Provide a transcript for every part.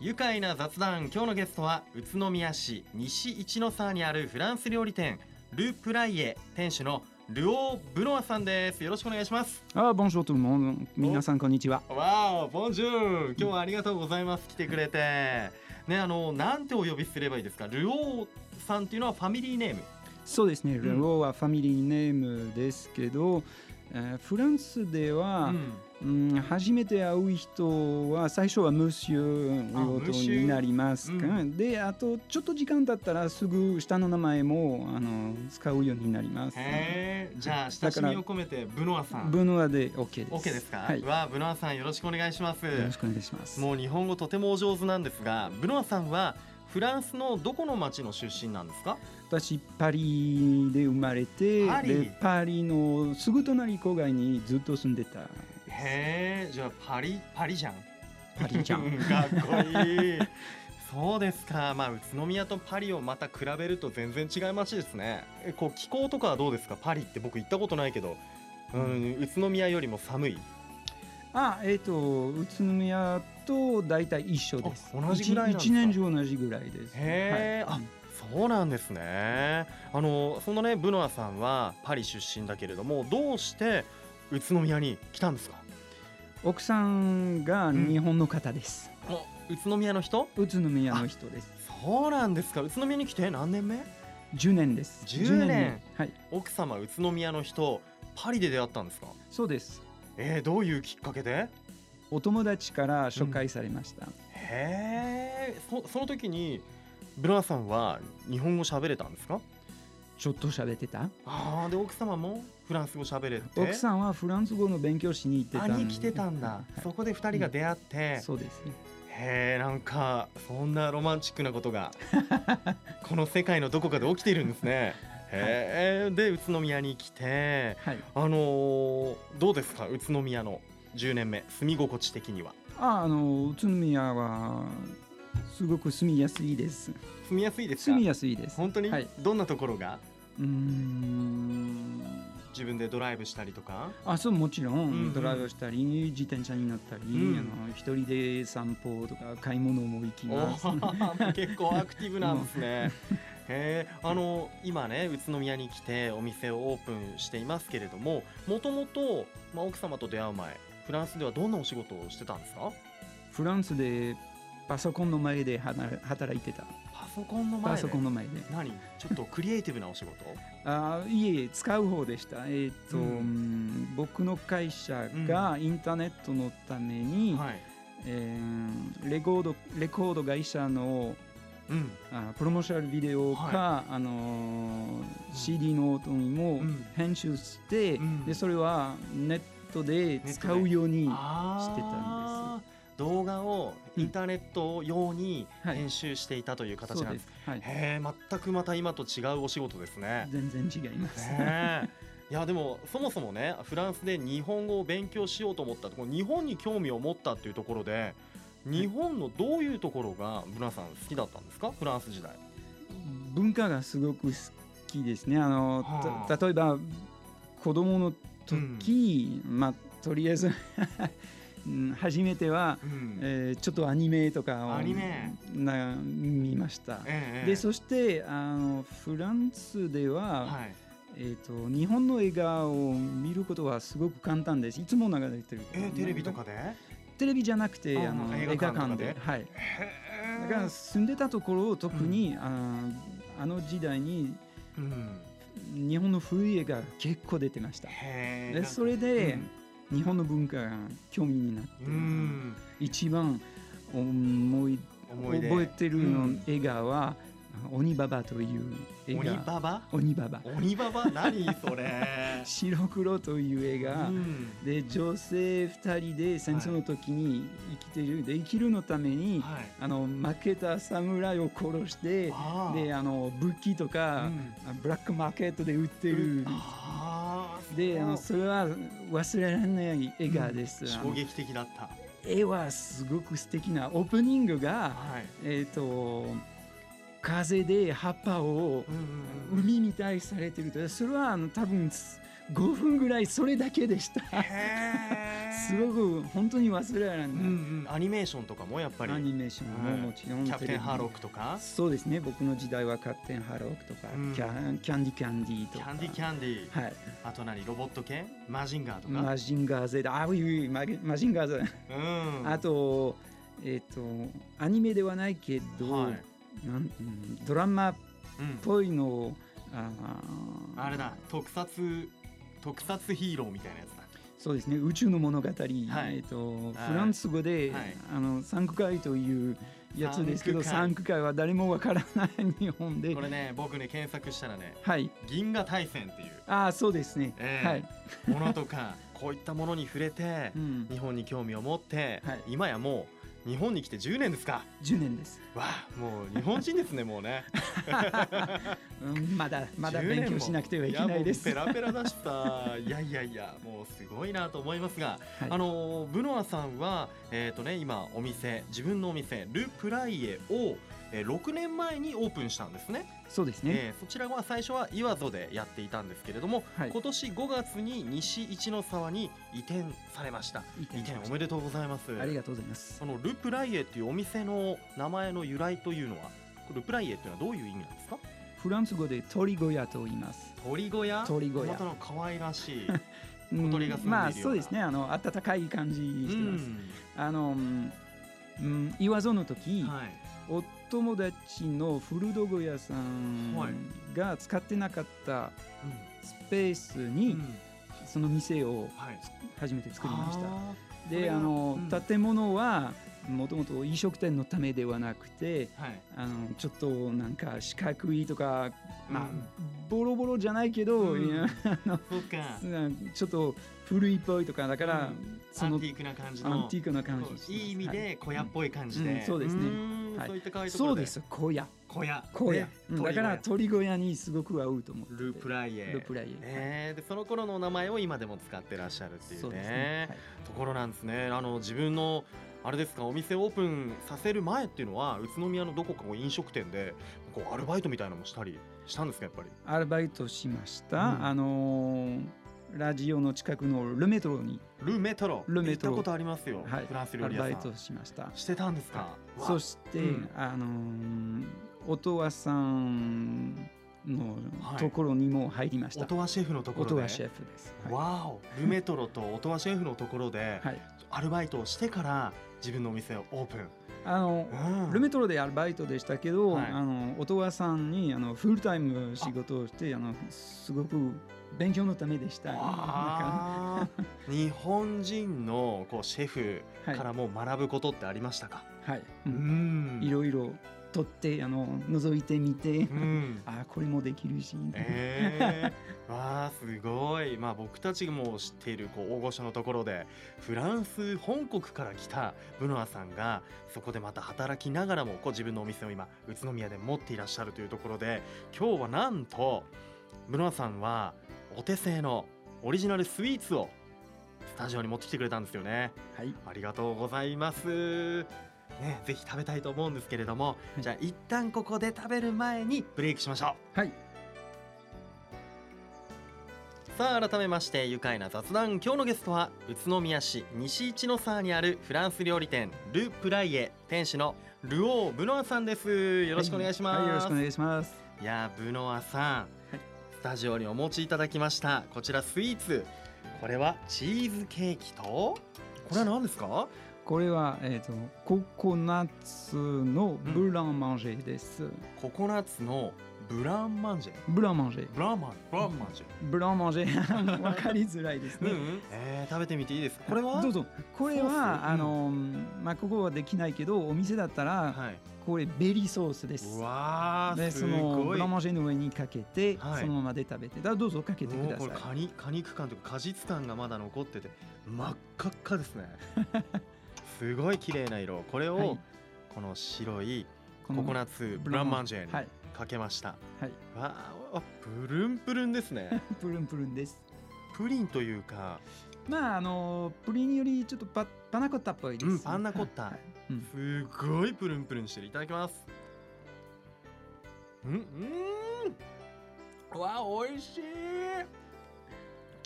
愉快な雑談今日のゲストは宇都宮市西一ノ沢にあるフランス料理店ル・プライエ店主のルオー・ブノワさんですよろしくお願いします Ah, bonjour tout le monde. 皆さん、こんにちは。わおボンジュール今日はありがとうございます来てくれてねあのなんてお呼びすればいいですかルオーさんっていうのはファミリーネームそうですね、ルオはファミリーネームですけど、えーフランスでは、うん初めて会う人は最初はムシュあーとになりますか、うであとちょっと時間経ったらすぐ下の名前もあの使うようになりますへえじゃあ親しみを込めてブノワさんブノアで OK ですオッケーですか、はい、よわあブノワさんよろしくお願いしますろしくお願いしますもう日本語とてもお上手なんですがブノワさんはフランスのどこの町の出身なんですか私パリで生まれてパリでパリのすぐ隣郊外にずっと住んでたへえじゃあパリパリじゃんパリちゃんかっこいい そうですかまあ宇都宮とパリをまた比べると全然違い町ですねえこう気候とかはどうですかパリって僕行ったことないけどうん、宇都宮よりも寒いあえっ、と宇都宮と大体一緒ですあ同じぐらいなんですか一一年中同じぐらいですへーはあいそうなんですねあのそのねブノアさんはパリ出身だけれどもどうして宇都宮に来たんですか奥さんが日本の方です、お宇都宮の人宇都宮の人ですそうなんですか宇都宮に来て何年目10年です10年はい奥様宇都宮の人パリで出会ったんですかそうですえー、どういうきっかけでお友達から紹介されました、へえそその時にブノアさんは日本語喋れたんですかちょっと喋ってたあーで奥様もフランス語喋れて奥さんはフランス語の勉強しに行ってたあんに来てたんだ、はいそこで二人が出会って、そうですねへえなんかそんなロマンチックなことがこの世界のどこかで起きているんです ね。へえ、で宇都宮に来てはいあのーどうですか宇都宮の10年目住み心地的にはああの宇都宮はすごく住みやすいです住みやすいですか住みやすいです本当に、はいどんなところがうーん自分でドライブしたりとかあそうもちろん、うんうんドライブしたり自転車になったり、んあの一人で散歩とか買い物も行きおます。ー 結構アクティブなんですね。へえあの今ね宇都宮に来てお店をオープンしていますけれどももともと、まあ、奥様と出会う前フランスではどんなお仕事をしてたんですかフランスでパソコンの前で働働いてた。パソコンの前パでソコンの前で。何ちょっとクリエイティブなお仕事あいえいえ使う方でした。えーっと、うんうん僕の会社がインターネットのために、はい、えーレコードレコード会社のうんあプロモーショナルビデオか、あのー CD の音にもうん編集して、うんでそれはネットで使うようにしてたあー動画をインターネット用にはい編集していたという形そうなんでですす、はい、へえ全くまた今と違うお仕事ですね。全然違います、ねえいやでもそもそもねフランスで日本語を勉強しようと思ったこの日本に興味を持ったっていうところで日本のどういうところがブナさん好きだったんですかフランス時代。文化がすごく好きですねあの、はあた例えば子供の時、まあとりあえず うん初めては、うんえーちょっとアニメとかをアニメな見ましたええでそしてあのフランスでは、はい、えー、と日本の映画を見ることはすごく簡単ですいつも流れてるえーテレビとかでテレビじゃなくてああの映映画館画とか館でではい、へだえから住んでたところを特に、あーあの時代にうん、日本の古い映画が結構出てましたへえでなんかそれで、日本の文化が興味になって、うんうん一番思い思い出覚えてるうのん映画は「鬼ババ」という映画鬼ババ鬼ババ鬼ババ何そ れ白黒という映う画、んで女性2人で戦争の時に生きてる、で生きるのために、はいあの負けた侍を殺してあーであの武器とか、うんブラックマーケットで売ってる、あーであのそそれは忘れられない映画です、うあ衝の撃的だった絵はすごく素敵なオープニングが、はいえっと風で葉っぱをうんうんうん海みたいにされてるとそれはあの多分す5分ぐらいそれだけでしたへー すごく本当に忘れられない、うんうん、アニメーションとかもやっぱりアニメーションももちろん、キャプテンハーロックとかそうですね僕の時代はキャプテンハーロックとか、うんキャキャンディキャンディとキかャンディキャンディはい、あと何ロボット系マジンガーとかマジンガー Z あういうママジンガー Z うんあとえっ、とアニメではないけど、はいなんうんドラマっうんぽいのをあーあれだ特撮特撮ヒーローみたいなやつだそうですね宇宙の物語、えっ、とフランス語で、はいあの三区会というやつですけど三三区会は誰もわからない日本でこれね僕ね検索したらねはい銀河対戦っていうああそうですね、ええはい、ものとかこういったものに触れてうん、日本に興味を持って、はい今やもう日本に来て10年ですか10年です、わあもう日本人 ですねもうねうん、まだまだ10年も勉強しなくてはいけないですやもうペラペラだしさいやいやいやもうすごいなと思いますが、はいあのブノアさんはえっ、とね今お店自分のお店ル・プライエを、えー、6年前にオープンしたんですねそうですね、えーそちらは最初は岩戸でやっていたんですけれども、はい今年5月に西一の沢に移転されました移移転し転まおしめでとうございますたありがとうございますこのル・プライエっていうお店の名前の由来というのはル・プライエっていうのはどういう意味なんですかフランス語で鳥小屋と言います鳥小屋鳥小屋またの可愛らしいう鳥がん住んでいるようなまあそうですねあの暖かい感じうにしてます、んあのうんうん岩園の時、はいお友達の古道具屋さはいんが使ってなかったうスペースんにうんその店をはい初めて作りました、あそれではあの、うん建物はもともと飲食店のためではなくてーはいあのちょっとなんか四角いとか、まあうんボロボロじゃないけど、うんいやそうかうんちょっと古いっぽいとかだから、うんそのアンティークな感じのアンティークな感じそでうす、いい意味はで小屋っぽい感じで、うんそうですねんはいそういった可愛いとこそろうでです小屋小屋小屋ね、うんだから鳥鳥小屋にすごく合うと思って小屋ルプライエルプライエねえでその頃のお名前を今でも使ってらっしゃるっていうねそうですね、はいところなんですねあの自分のあれですかお店オープンさせる前っていうのは宇都宮のどこかの飲食店でこうアルバイトみたいなのもしたりしたんですかやっぱりアルバイトしました、うんあのーラジオの近くのルメトロに、ルメトロルメトロ行ったことありますよ、はいフランスア料理ル屋バイさトんしましたしてたんですか、わそして、うんあのー音羽さんのはいところにも入りました、音羽シェフのところで音羽シェフです、はわおルメトロと音羽シェフのところでい、はいアルバイトをしてから自分のお店をオープン、あのうんルメトロでアルバイトでしたけど、はいあの音羽さんにあのフルタイム仕事をしてあのすごく勉強のためでした。なんかあー日本人のこうシェフはいからも学ぶことってありましたか、はい、ううんんいろいろ取ってあの覗いてみて、うんあこれもできるし、えー、わあすごい、まあ、僕たちも知っているこう大御所のところでフランス本国から来たブノアさんがそこでまた働きながらもこう自分のお店を今宇都宮で持っていらっしゃるというところで今日はなんとブノアさんはお手製のオリジナルスイーツをスタジオに持ってきてくれたんですよね。はいありがとうございます。ね、ぜひ食べたいと思うんですけれども、いじゃあ一旦ここで食べる前にブレイクしましょう。はいさあ改めまして愉快な雑談今日のゲストは宇都宮市西一の沢にあるフランス料理店ル・プライエ店主のルオー・ブノアさんですよろしくお願いします、、はいよろしくお願いします。やーブノアさん、スタジオにお持ちいただきましたこちらスイーツこれはチーズケーキとこれは何ですかこれはえっ、とココナッツのブランマンジェです。ココナッツのブランマンジェブランマンジェ、ブランマンブランマンジブランマンジェ わかりづらいですェ、ね。うんえー食べてみていいですかこれはどうぞこれソースはあの、まあここはできないけどお店だったら、はいこれベリーソースですうわーですそのごブいランマンジェの上にかけて、はいそのままで食べてだどうぞかけてくもうださこいれ果肉果肉感というか果実感がまだ残ってて真っ赤っか ですねすごい綺麗な色これを、はいこの白いこコのコナッツブランマンジェにはいかけました、はいわああプルンプルンです ねプルンプルンですプリンというかまああのプリンよりちょっとパパナコッタっぽいです、うんパンナコッタはいうんすごいプルンプルンしてるいただきますうんうんわあ美味しい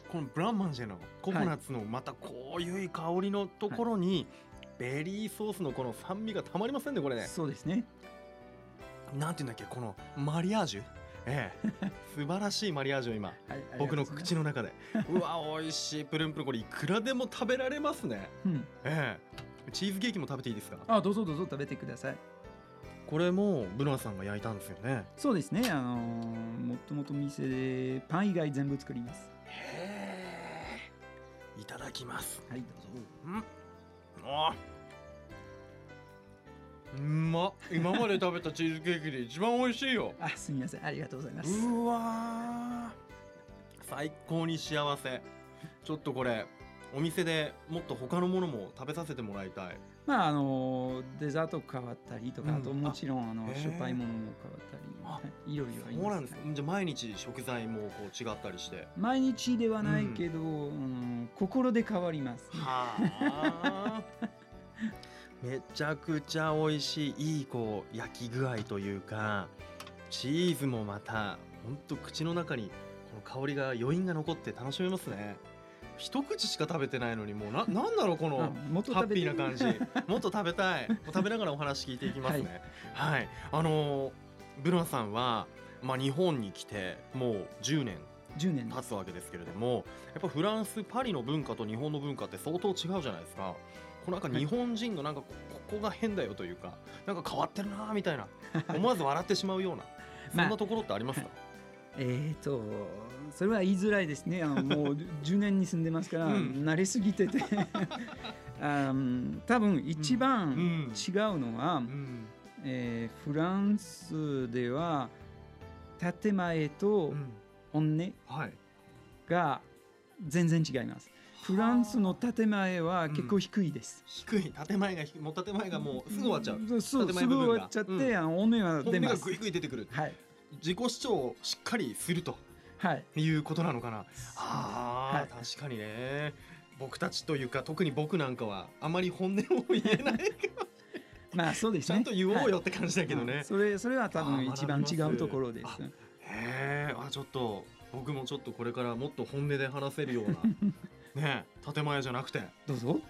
このブランマンジェのココナッツのまたこういう香りのところに、ベリーソースのこの酸味がたまりませんねこれねそうですねなんていうんだっけこのマリアージュええ素晴らしいマリアージュを今はい僕の口の中でうわ美味しいプルンプルンこれいくらでも食べられますねうんええチーズケーキも食べていいですかあどうぞどうぞ食べてくださいこれもブロアさんが焼いたんですよねそうですねあのーもともと店でパン以外全部作りますへえいただきますはいどうぞうんあうまっ今まで食べたチーズケーキで一番美味しいよあすみませんありがとうございますうわー最高に幸せちょっとこれお店でもっと他のものも食べさせてもらいたいまああのーデザート変わったりとか、うんあともちろんあのへーしょっぱいものも変わあったり、はい、いろいろありそうまなす,、んですじゃあ毎日食材もこう違ったりして毎日ではないけど、うん心で変わります、はあめちゃくちゃ美味しいいいこう焼き具合というかチーズもまたほんと口の中にこの香りが余韻が残って楽しめますね一口しか食べてないのにもう ななんだろうこあのもっとハッ食べピてーな感じもっと食べたいもう食べながらお話聞いていきますねはい、あのーブルマさんは、まあ、日本に来てもう10年10年で経すつわけですけれどもやっぱフランスパリの文化と日本の文化って相当違うじゃないですかこのなんか日本人のなんかこここが変だよというかなんか変わってるなーみ たいな思わず笑ってしまうようなそんなところってありますか、えっ、とそれは言いづらいですね あのもう10年に住んでますから、うん慣れすぎて てあうん多分一う番ん違うのは、うんえーフランスでは建前とうん本音、はいが全然違います。フランスの建前は結構低いです。低い建前が低いもう建前がもうすぐ終わっちゃうそうそう建前すぐ部分が終わっちゃって、うんあの本音は本出音まがすぐ。いぐい出てくるはい自己主張をしっかりするとはい。いうことなのかなあはいー、確かにね僕たちというか特に僕なんかはあまり本音を言えないまあそうですちね。ゃんと言おうよはいって感じだけどね、うんそれそれは多分一番違うところです。あ学へえあちょっと僕もちょっとこれからもっと本音で話せるよう なねえ建前じゃなくてど うぞ。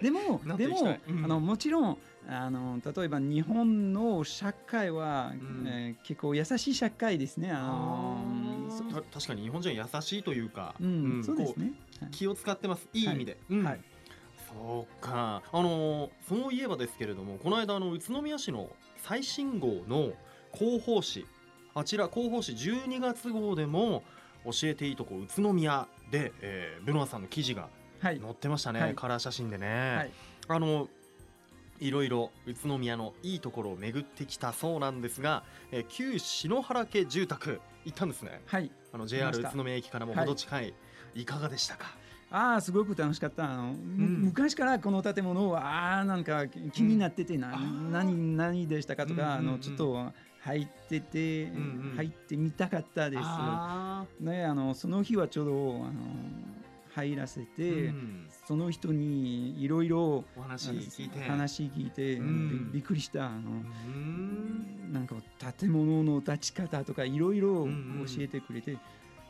でもなってでいきたもい、うんあのもちろんあの例えば日本の社会は、んえー結構優しい社会ですね。あのそた確かに日本人は優しいというか、うん、んそうですこね。う気を使ってますいい意味で、うんはいそうかあのーそういえばですけれどもこの間あの宇都宮市の最新号の広報誌あちら広報誌12月号でも「教えていいとこ宇都宮で」えーブノワさんの記事がはい。載ってましたね、はいカラー写真でね、はいあのいろいろ宇都宮のいいところを巡ってきたそうなんですが、えー旧篠原家住宅行ったんですねはい。あの JR 行き宇ました都宮駅からも程近い、い、かがでしたかああすごく楽しかったあの、む昔からこの建物はあーなんか気になってて、なあー何何でしたかとか、うんうんうんあのちょっと入ってて、んうん入ってみたかったです。あねあのその日はちょうどあの入らせて、ーうんその人にいろいろお話聞いて話聞いて、うんびびっくりしたあの、うーんなんか建物の立ち方とかいろいろうん教うんえてくれて、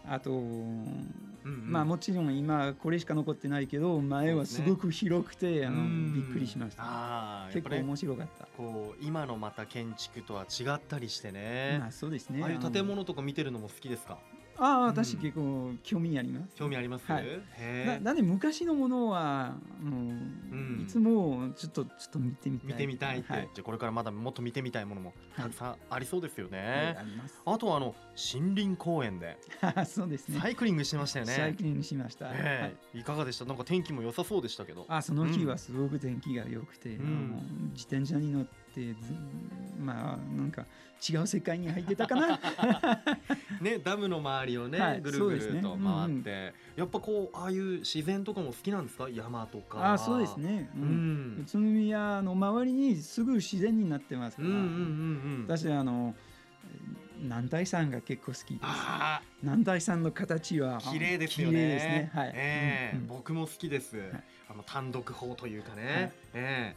あとうんうんまあもちろん今これしか残ってないけど前はすごく広くてあうのんびっくりしましたあーやっ結ぱ構ね面白かったこう今のまた建築とは違ったりしてね、まあそうですねああいのう建物とか見てるのも好きですかああう私ん結構興味あります興味あります、はいへなえなんで昔のものはあのんいつもちょっとちょっと見てみたい見てみたいって、はいじゃあこれからまだもっと見てみたいものもたくさんありそうですよはいね、ありますあとはあの森林公園でそうですねサイクリングしてましたよね、最近しましたはえいえいかがでしたなんか天気も良さそうでしたけどあその日うんはすごく天気が良くて、んあの自転車に乗ってずまあなんか違う世界に入ってた かなねダムの周りをね、はいぐるぐそうでするねと回って、うんうんやっぱこうああいう自然とかも好きなんですか山とかあそうですね、ううんん、うん宇都宮の周りにすぐ自然になってますかうんら、うんうんうん私あの南大山が結構好きですあ南大山の形はあ綺麗ですよね綺麗ですねはい、ええうんうん僕も好きです、いあの単独法というかね、はいえ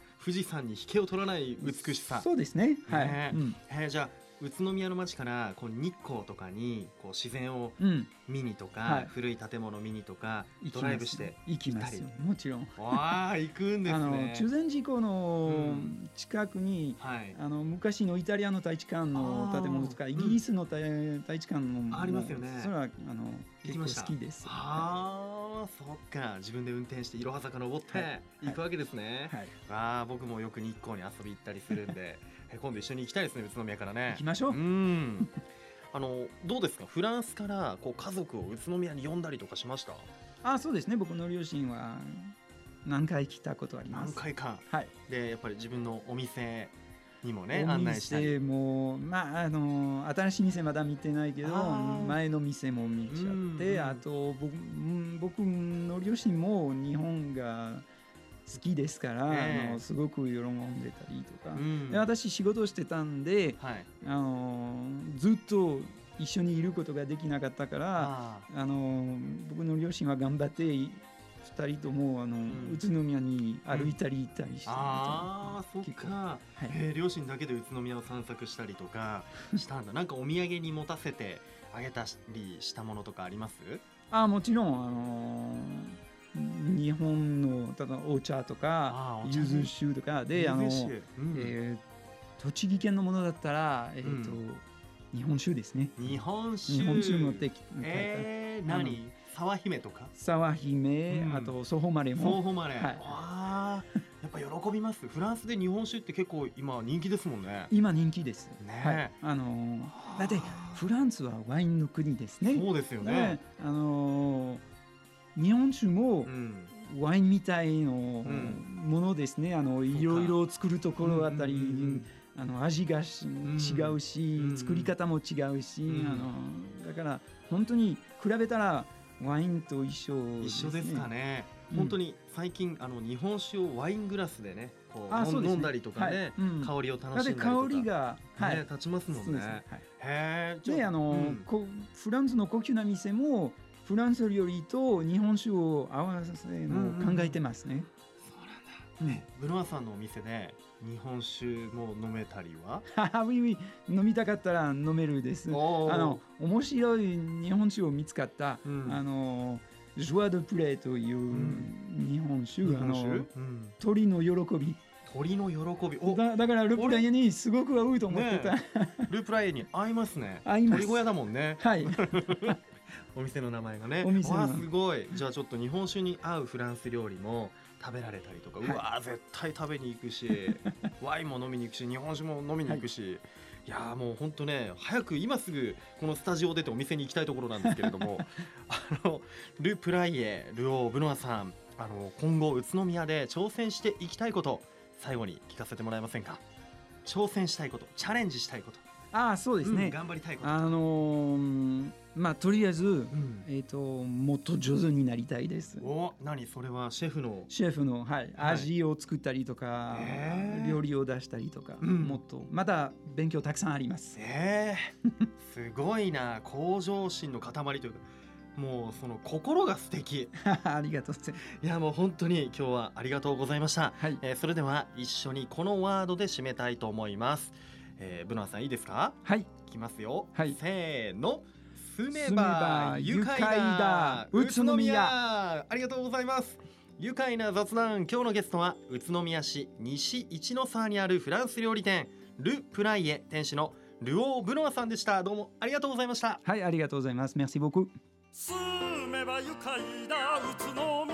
え富士山に引けを取らない美しさそうですねはいねうんええじゃあ宇都宮の街からこう日光とかにこう自然をうん見にとか、はい古い建物見にとか行きますドライブして行きますよ行っもちろん、わあ行くんであすのね中禅寺湖うのん近くに、はいあの昔のイタリアの大使館の建物とあかーイギリスの大大使館のもありますよねそれはあの行結きました構好きです、あーそっか自分で運転していろは坂登ってはい行くわけですね、はい、ああ僕もよく日光に遊び行ったりするんでえ今度一緒に行きたいですね宇都宮からね行きましょう、うんあのどうですかフランスからこう家族を宇都宮に呼んだりとかしましたあそうですね僕の両親は何回来たことありま何す回かはいでやっぱり自分のお店にもねお案内したり店もまああの新しい店まだ見てないけどあー前の店も見ちゃうんっうんてあと僕うん僕の両親も日本が好きですから、ええあのすごく喜んでたりとか、うんで私仕事をしてたんではいあのずっと一緒にいることができなかったからああの僕の両親は頑張って2人ともあの、ん宇都宮に歩いたり行ったりしてたみたいなあーそっ結構か、はいえー両親だけで宇都宮を散策したりと かしたんだなんかお土産に持たせてあげたりしたものとかありますあもちろん、あのー日本のただお茶とあかお茶柚ね子酒とかであの、ゆず酒うんえー栃木県のものだったら、えーとう日本酒ですね日本酒日本酒持ってきて、えー、何沢姫とか沢姫、うんあとソホマレそうもほまれ、はいあーやっぱ喜びますフランスで日本酒って結構今人気ですもんね今人気です、ねはいあのーだってフランスはワインの国ですねそうですよね、あのー日本酒もうんワインみたいのんものですね、あのいろいろ作るところあたり、うんうんうんあの味がしん違うし、うん作り方も違うし、うんあのだから本当に比べたらワインと一緒うんで一す、緒ね、ですかね、うん本当に最近あの日本酒をワイングラスでねこうあ飲んそうですね飲んだりとかね、はいうん香りを楽しんだだっりてとか香りが、はいね、立ちますもそうんでねすね、はいへえじゃであの、うんこフランスの高級な店もフランス料理と日本酒を合わせるのを考えてますね、そううなんんだ、ねブノワさんのお店で日本酒も飲めたりは ははウィウィ飲みたかったら飲めるですおーあの面白い日本酒を見つかった、うんあのジョア・ド・プレイというん日本酒,、日本あ酒のうん鳥の喜び鳥の喜びおだだからルプライにすごく合うと思ってた、ねループライエに合いますね 合います鳥小屋だもんねはいお店の名前がねお店の名わあ前すごいじゃあちょっと日本酒に合うフランス料理も食べられたりとか、はいうわあ絶対食べに行くし ワインも飲みに行くし日本酒も飲みに行くし、い、やーもう本当ね早く今すぐこのスタジオを出てお店に行きたいところなんですけれど もあのル・プライエルオー・ブノワさんあの今後宇都宮で挑戦していきたいこと最後に聞かせてもらえませんか挑戦したいことチャレンジしたいことああそうですね、うん頑張りたいこと、あのーまあとりあえず、うんえっ、ともっと上手になりたいですお何それはシェフのシェフの、はい、はい味を作ったりとか、えー料理を出したりとか、うんもっとまだ勉強たくさんありますえ えすごいな向上心の塊というかもうその心が素敵 ありがとうございますいやもう本当に今日はありがとうございました、はい、えーそれでは一緒にこのワードで締めたいと思います、えー、ブナさんいいですかはいいきますよ、はいせーの住め住めばば愉快愉快だだ宇宇都都宮宮ありがとうございます愉快な雑談今日のゲストは宇都宮市西一ノ沢にあるフランス料理店ル・プライエ店主のルオー・ブノワさんでしたどうもありがとうございましたはい、ありがとうございます。Merci beaucoup. 住めば愉快だ宇都